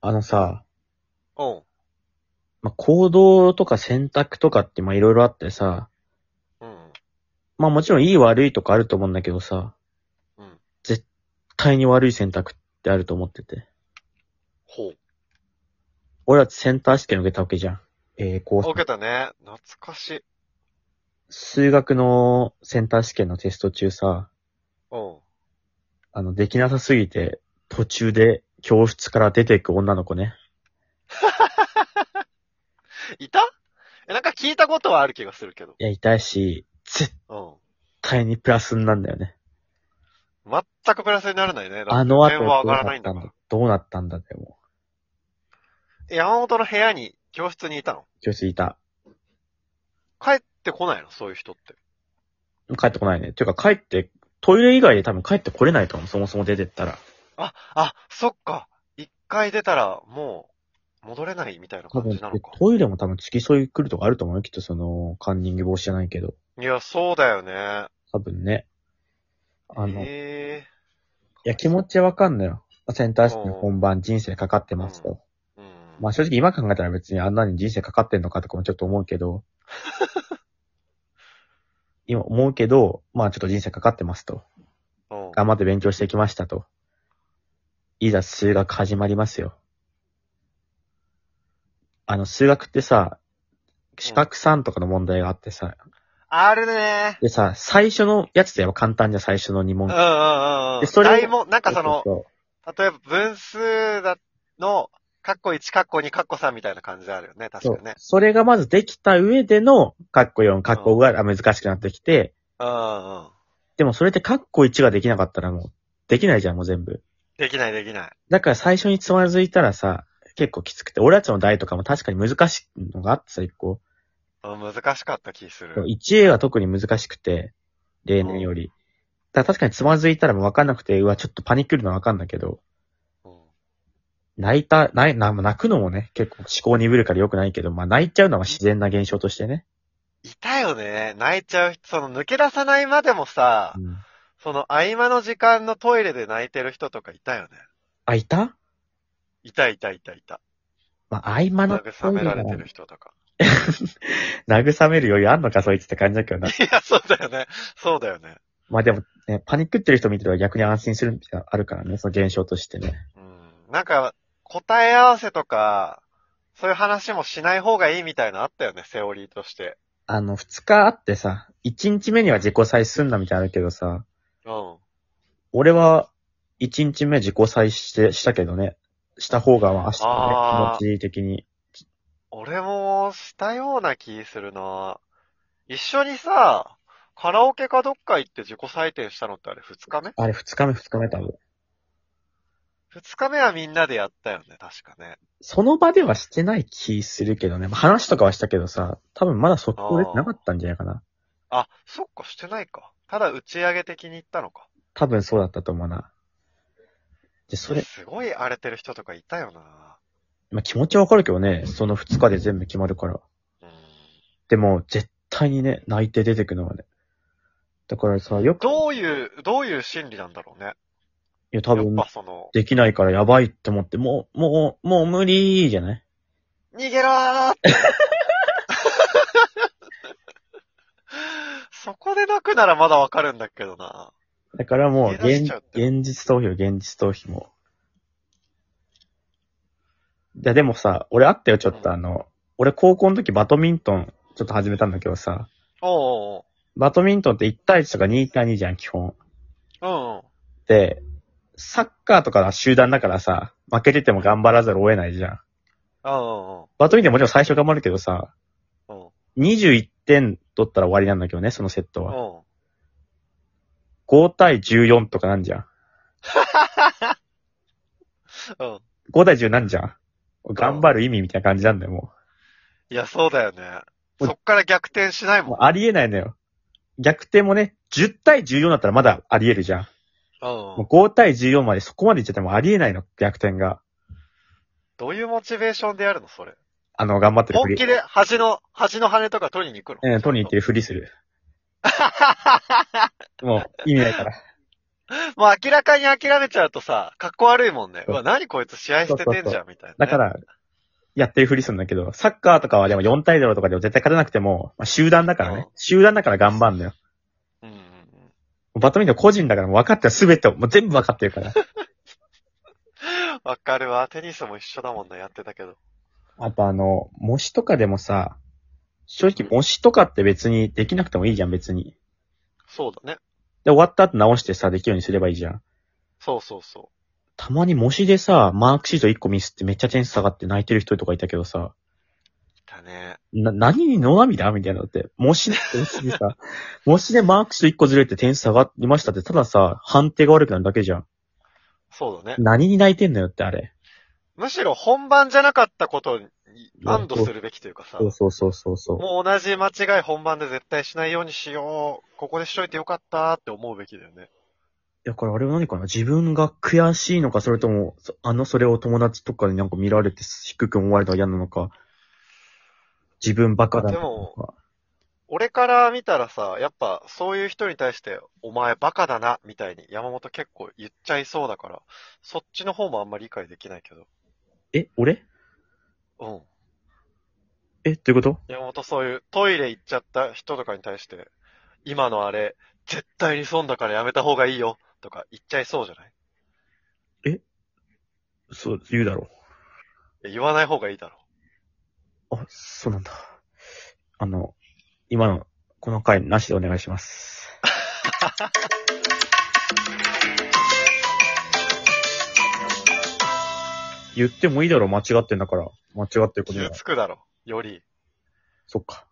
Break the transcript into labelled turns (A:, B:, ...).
A: あのさ、
B: うん。
A: まあ、行動とか選択とかってまあいろいろあってさ、
B: うん。
A: まあもちろんいい悪いとかあると思うんだけどさ、
B: うん。
A: 絶対に悪い選択ってあると思ってて。
B: ほう。
A: 俺らセンター試験受けたわけじゃん。えー、こ
B: あ
A: う、
B: 受けたね。懐かしい。
A: 数学のセンター試験のテスト中さ、
B: うん。
A: あの、できなさすぎて、途中で教室から出ていく女の子ね。
B: いたえ、なんか聞いたことはある気がするけど。
A: いや、痛いし、絶
B: う
A: 対にプラスになんだよね。
B: ん。全くプラスにならないね。だって
A: あの後
B: 点
A: どう
B: は上が
A: な
B: らない
A: っ
B: ん
A: た
B: だ
A: ん
B: から
A: だ。どうなったんだでも
B: え山本の部屋に、教室にいたの
A: う。教室いた。
B: 帰ってこないのそういう人って。
A: 帰ってこないね。ていうか帰って、トイレ以外で多分帰ってこれないと思う。そもそも出てったら。
B: あ、あ、そっか。一回出たら、もう、戻れないみたいな
A: 多
B: 感
A: 分
B: じなのか。
A: トイレも多分付き添い来るとかあると思うよ。きっとその、カンニング防止じゃないけど。
B: いや、そうだよね。
A: 多分ね。あの、い
B: え
A: や、気持ちはわかんのよ。センター試験本番人生かかってますと。
B: えうん。
A: まあ正直今考えたら別にあんなに人生かかってんのかとかもちょっと思うけ ど。今思うけど、まあちょっと人生かかってますと。
B: うん。
A: 頑張って勉強してきましたと。いざ数学始まりますよ。あの、数学ってさ、四角三とかの問題があってさ、
B: あるね
A: でさ、最初のやつってやっぱ簡単じゃん、最初の2
B: う
A: 問
B: んう。んうんう
A: で
B: ん。
A: それを
B: 大問、なんかその、
A: そうそう
B: 例えば分数だの、カッコ1、カッコ2、カッコ3みたいな感じであるよね、
A: そ
B: 確
A: う、
B: かにね。
A: それがまずできた上での、カッコ4、カッコ5が難しくなってきて、
B: うんうんうん。
A: でもそれってカッコ1ができなかったらもう、できないじゃん、もう全部。
B: できないできない。
A: だから最初につまずいたらさ、結構きつくて、俺たちの題とかも確かに難しいのがあってさ、一個。
B: うん難しかった気する。
A: 1A は特に難しくて、例年より。だから確かにつまずいたらもう分かんなくて、うわ、ちょっとパニックるのは分かんだけど、
B: うん
A: 泣いた、泣いな泣くのもね、結構思考鈍るから良くないけど、まあ泣いちゃうのは自然な現象としてね。
B: いたよね。泣いちゃう人、その抜け出さないまでもさ、
A: うん
B: その合間の時間のトイレで泣いてる人とかいたよね。
A: あ、いた
B: いたいたいたいた。
A: まあ、合間の
B: 慰められてる人とか。
A: 慰める余裕あんのか、そいつって感じだけどな。
B: いや、そうだよね。そうだよね。
A: まあでも、ね、パニックってる人見てると逆に安心するみたいなのあるからね、その現象としてね。
B: うん。なんか、答え合わせとか、そういう話もしない方がいいみたいなのあったよね、セオリーとして。
A: あの、二日あってさ、一日目には自己採すんなみたいなのあるけどさ、
B: うん。
A: 俺は、一日目自己採して、したけどね。した方が、まあ、明
B: あ
A: 日ね、気持ち的に。
B: 俺もしたような気するな。一緒にさ、カラオケかどっか行って自己採点したのってあれ二日目
A: あれ、二日目、二日目多分。
B: 二日目はみんなでやったよね、確かね。
A: その場ではしてない気するけどね。まあ、話とかはしたけどさ、多分まだ速攻出てなかったんじゃないかな。
B: あ、そっか、してないか。ただ打ち上げ的に行ったのか。
A: 多分そうだったと思うな。で、それ、
B: すごい荒れてる人とかいたよな。
A: まあ、気持ちはわかるけどね、その二日で全部決まるから。
B: うん。
A: でも、絶対にね、泣いて出てくのはね。だからさ、よく、い
B: どういう、どういう心理なんだろうね。
A: や、多分
B: やっ、ぱその、
A: できないからやばいって思って、もう、もう、もう無理じゃない
B: 逃げろーって そこで泣くならまだわかるんだけどな。
A: だからもう
B: 逃げ出
A: 現
B: しちゃうっ、て
A: 現実逃避よ、現実逃避も。いや、でもさ、俺あったよ、ちょっとあの、俺高校の時バドミントン、ちょっと始めたんだけどさ、
B: おう
A: バドミントンって1対1とか2対2じゃん、基本。
B: おうおう。うんうん。
A: で、サッカーとかは集団だからさ、負けてても頑張らざるを得ないじゃん。
B: うん
A: バドミントンもちろん最初頑張るけどさ、
B: うんうん。うん
A: 21点取ったら終わりなんだけどね、そのセットは。
B: うん。
A: 5対14とかなんじゃん。
B: うん。
A: 5対10なんじゃん。頑張る意味みたいな感じなんだよ、もう。
B: いや、そうだよね。そっから逆転しないも
A: も
B: ん。
A: うありえないのよ。逆転もね、10対14だったらまだありえるじゃん。
B: う。
A: もうん5対14までそこまでいっちゃってもありえないの、逆転が。
B: どういうモチベーションでやるのそれ。
A: あの、頑張ってる
B: 本気で端の、端の羽とか取りに行くの
A: うん、取りに行ってるふりする。もう、意味ないから。
B: もう明らかに諦めちゃうとさ、かっこ悪いもんね。う
A: そう
B: わ、何こいつ試合捨ててんじゃん、みたいなね、
A: だから、やってるふりするんだけど、サッカーとかはでも4対0とかでも絶対勝てなくても、まあ、集団だから
B: うん
A: ね。集団だから頑張んのよ。
B: うんうんうん、
A: バドミントン個人だからもう分かってる全てを、もう全部分かってるから。
B: わかるわ。テニスも一緒だもんね、やってたけど。
A: あとあの、模試とかでもさ、正直模試とかって別にできなくてもいいじゃん、別に。
B: そうだね。
A: で、終わった後直してさ、できるようにすればいいじゃん。
B: そうそうそ
A: たまに模試でさ、マークシート1個ミスってめっちゃ点数下がって泣いてる人とかいたけどさ、
B: う。だね。
A: な、何にの涙みたいなのって、模試で点数で さ、模試でマークシート1個ずれて点数下がりましたって、たださ、判定が悪くなるだけじゃん。
B: そうだね。
A: 何に泣いてんのよってあれ。
B: むしろ本番じゃなかったことに安堵するべきというかさ、
A: そうそうそうそうそう。
B: もう同じ間違い本番で絶対しないようにしよう。ここでしといてよかったって思うべきだよね。
A: だからあれは何かな自分が悔しいのか、それとも、そあの、それを友達とかになんか見られて低く思われたら嫌なのか、自分バカだなのか。
B: 俺から見たらさ、やっぱそういう人に対して、お前バカだな、みたいに山本結構言っちゃいそうだから、そっちの方もあんまり理解できないけど。
A: え、俺
B: うん。
A: え、どういうこと
B: 山本そういうトイレ行っちゃった人とかに対して、今のあれ、絶対に損だからやめた方がいいよ、とか言っちゃいそうじゃない
A: そう、言うだろう。
B: いや言わない方がいいだろ
A: あ、そうなんだ。あの、今の、この回なしでお願いし ます。言ってもいいだろ、間違ってんだから。間違ってる
B: う。
A: ことな
B: 傷
A: ら
B: つくだろう。より。
A: そっか。